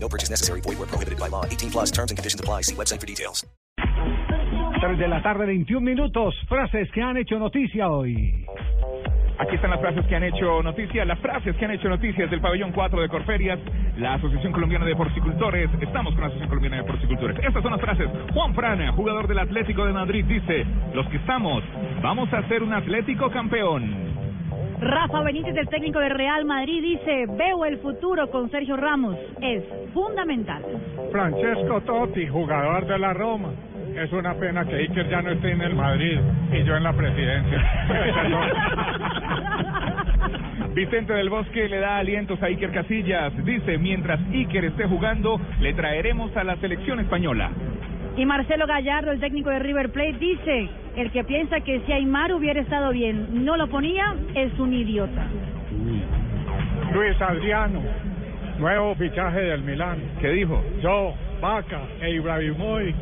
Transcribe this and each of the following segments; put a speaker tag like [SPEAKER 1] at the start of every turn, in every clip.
[SPEAKER 1] No purchase necessary. Void where prohibited by law. 18 plus terms and conditions apply. See website for details.
[SPEAKER 2] 3 de la tarde, 21 minutos. Frases que han hecho noticia hoy.
[SPEAKER 3] Aquí están las frases que han hecho noticias, las frases que han hecho noticias del pabellón 4 de Corferias, la Asociación Colombiana de Porcicultores. Estamos con la Asociación Colombiana de Porcicultores. Estas son las frases. Juan Frana, jugador del Atlético de Madrid, dice, los que estamos, vamos a ser un Atlético campeón.
[SPEAKER 4] Rafa Benítez, el técnico de Real Madrid, dice, veo el futuro con Sergio Ramos. Es fundamental.
[SPEAKER 5] Francesco Totti, jugador de la Roma. Es una pena que Iker ya no esté en el Madrid y yo en la presidencia.
[SPEAKER 3] Vicente del Bosque le da alientos a Iker Casillas. Dice, mientras Iker esté jugando, le traeremos a la selección española.
[SPEAKER 4] Y Marcelo Gallardo, el técnico de River Plate, dice, el que piensa que si Aymar hubiera estado bien, no lo ponía, es un idiota.
[SPEAKER 5] Luis Adriano, nuevo fichaje del Milán.
[SPEAKER 3] ¿Qué dijo?
[SPEAKER 5] Yo, Vaca e Ibrahimovic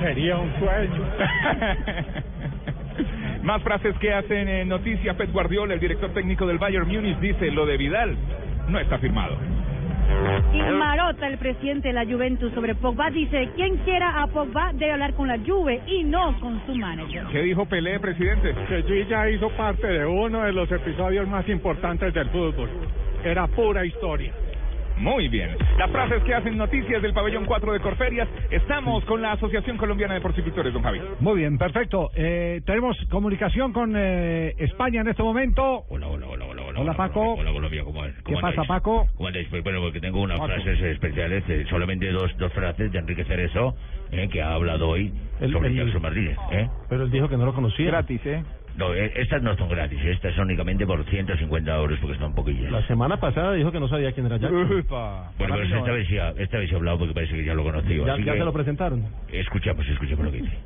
[SPEAKER 5] sería un sueño.
[SPEAKER 3] Más frases que hacen eh, noticia. Pep Guardiola, el director técnico del Bayern Múnich, dice, lo de Vidal no está firmado.
[SPEAKER 4] Y Marota, el presidente de la Juventus sobre Pogba, dice, quien quiera a Pogba debe hablar con la Juve y no con su manager.
[SPEAKER 3] ¿Qué dijo Pelé, presidente?
[SPEAKER 5] Que Luis ya hizo parte de uno de los episodios más importantes del fútbol. Era pura historia.
[SPEAKER 3] Muy bien. Las frases que hacen noticias del pabellón 4 de Corferias. Estamos con la Asociación Colombiana de Porcicultores, don Javi.
[SPEAKER 2] Muy bien, perfecto. Eh, tenemos comunicación con eh, España en este momento.
[SPEAKER 6] Hola, hola, hola, hola. Hola,
[SPEAKER 2] Hola, Paco.
[SPEAKER 6] Hola, Colombia, ¿cómo, es?
[SPEAKER 2] ¿Qué
[SPEAKER 6] ¿Cómo
[SPEAKER 2] pasa,
[SPEAKER 6] andáis?
[SPEAKER 2] Paco?
[SPEAKER 6] ¿Cómo andáis? Pues bueno, porque tengo unas frases especiales, eh, solamente dos, dos frases de Enrique Cerezo, eh, que ha hablado hoy sobre Jackson Martínez. ¿eh?
[SPEAKER 7] Pero él dijo que no lo conocía.
[SPEAKER 3] Gratis, ¿eh?
[SPEAKER 6] No, eh, estas no son gratis, estas son únicamente por 150 euros, porque están poquillas.
[SPEAKER 7] La semana pasada dijo que no sabía quién era Jack.
[SPEAKER 6] Bueno, pues esta vez, sí ha- esta vez he hablado porque parece que ya lo conocí.
[SPEAKER 7] Ya,
[SPEAKER 6] así
[SPEAKER 7] ya
[SPEAKER 6] que
[SPEAKER 7] se lo presentaron.
[SPEAKER 6] Escuchamos, escuchamos pues, lo que dice.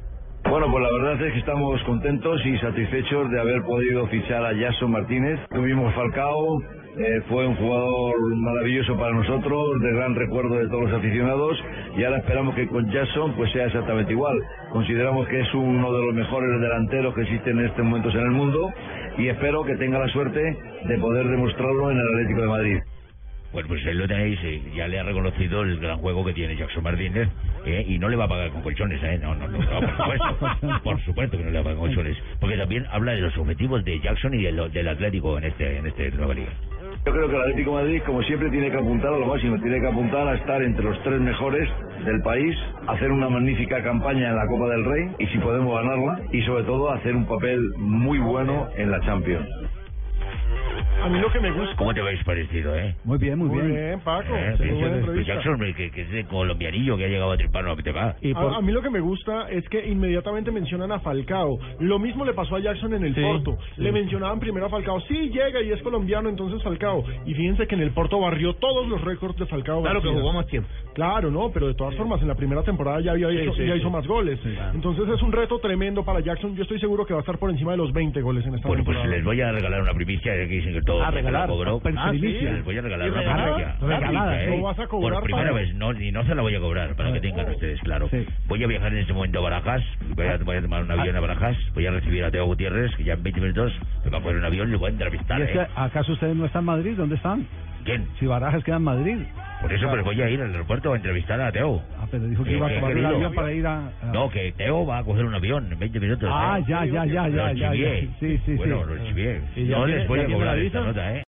[SPEAKER 8] Bueno, pues la verdad es que estamos contentos y satisfechos de haber podido fichar a Jason Martínez. Tuvimos Falcao, eh, fue un jugador maravilloso para nosotros, de gran recuerdo de todos los aficionados y ahora esperamos que con Jason pues sea exactamente igual. Consideramos que es uno de los mejores delanteros que existen en estos momentos en el mundo y espero que tenga la suerte de poder demostrarlo en el Atlético de Madrid.
[SPEAKER 6] Bueno, pues ahí lo tenéis, eh, ya le ha reconocido el gran juego que tiene Jackson Martínez, eh, y no le va a pagar con colchones, ¿eh? No, no, no, no, por supuesto, por supuesto que no le va a pagar con colchones, porque también habla de los objetivos de Jackson y de lo- del Atlético en este en este nueva liga.
[SPEAKER 8] Yo creo que el Atlético de Madrid, como siempre, tiene que apuntar a lo máximo, tiene que apuntar a estar entre los tres mejores del país, hacer una magnífica campaña en la Copa del Rey y si podemos ganarla, y sobre todo hacer un papel muy bueno en la Champions.
[SPEAKER 7] A mí lo que me gusta.
[SPEAKER 6] ¿Cómo te habéis parecido, eh?
[SPEAKER 2] Muy bien, muy,
[SPEAKER 7] Muy
[SPEAKER 2] bien.
[SPEAKER 7] bien, Paco.
[SPEAKER 6] Eh,
[SPEAKER 7] se
[SPEAKER 6] pues,
[SPEAKER 7] fue buena
[SPEAKER 6] pues
[SPEAKER 7] entrevista.
[SPEAKER 6] Jackson, eh, que, que es de colombianillo que ha llegado a Tripano, te va.
[SPEAKER 7] Y por-
[SPEAKER 5] A, a mí lo que me gusta es que inmediatamente mencionan a Falcao. Lo mismo le pasó a Jackson en el
[SPEAKER 7] Sí,
[SPEAKER 5] Porto.
[SPEAKER 7] sí.
[SPEAKER 5] Le mencionaban primero a Falcao. Sí, llega y es colombiano, entonces Falcao. Y fíjense que en el Porto barrió todos los récords de Falcao. García.
[SPEAKER 7] más tiempo.
[SPEAKER 5] Claro, no, pero de todas formas en la primera temporada ya había hecho,
[SPEAKER 7] sí,
[SPEAKER 5] ya
[SPEAKER 7] sí.
[SPEAKER 5] hizo más goles. Entonces es un reto tremendo para Jackson. Yo estoy seguro que va a estar por encima de los 20 goles en esta
[SPEAKER 6] Bueno, pues
[SPEAKER 5] temporada.
[SPEAKER 6] les voy a regalar una primicia eh, que dicen que todo
[SPEAKER 7] A regalar,
[SPEAKER 6] cobró.
[SPEAKER 7] per-
[SPEAKER 6] Ah, sí,
[SPEAKER 7] primicia.
[SPEAKER 6] les voy a regalar
[SPEAKER 7] ¿Y
[SPEAKER 6] una
[SPEAKER 7] regalada?
[SPEAKER 6] primicia.
[SPEAKER 7] Regalada,
[SPEAKER 6] Primicia,
[SPEAKER 5] ¿no
[SPEAKER 6] eh.
[SPEAKER 5] vas a cobrar
[SPEAKER 6] Por primera
[SPEAKER 5] para-
[SPEAKER 6] vez, no, y no se la voy a cobrar, para que tengan ustedes claro.
[SPEAKER 7] Sí.
[SPEAKER 6] Voy a viajar en este momento a Barajas, voy a, voy a tomar un avión a Barajas, voy a recibir a Teo Gutiérrez, que ya en 20 minutos me va a poner un avión y lo voy a entrevistar.
[SPEAKER 2] ¿Y es que
[SPEAKER 6] ¿eh?
[SPEAKER 2] acaso ustedes no están en Madrid? ¿Dónde están?
[SPEAKER 6] ¿Quién?
[SPEAKER 2] Si Barajas queda en Madrid.
[SPEAKER 6] Por eso pues voy a ir al aeropuerto a entrevistar a Teo.
[SPEAKER 2] Ah, pero dijo que
[SPEAKER 6] Sí,
[SPEAKER 2] iba a
[SPEAKER 6] eh,
[SPEAKER 2] tomar el
[SPEAKER 6] querido.
[SPEAKER 2] avión para ir a... a-
[SPEAKER 6] No, que Teo va a coger un avión en 20 minutos.
[SPEAKER 2] ah,
[SPEAKER 6] ¿eh?
[SPEAKER 2] ya, ya, ya,
[SPEAKER 6] Lo
[SPEAKER 2] ya, ya, ya.
[SPEAKER 6] chivié.
[SPEAKER 2] Sí, sí, sí.
[SPEAKER 6] Bueno, lo chivié.
[SPEAKER 7] ¿Y ya
[SPEAKER 6] No
[SPEAKER 7] tiene-
[SPEAKER 6] les voy
[SPEAKER 7] ya tiene
[SPEAKER 6] a
[SPEAKER 7] la
[SPEAKER 6] cobrar
[SPEAKER 7] visa?
[SPEAKER 6] esta nota, ¿eh?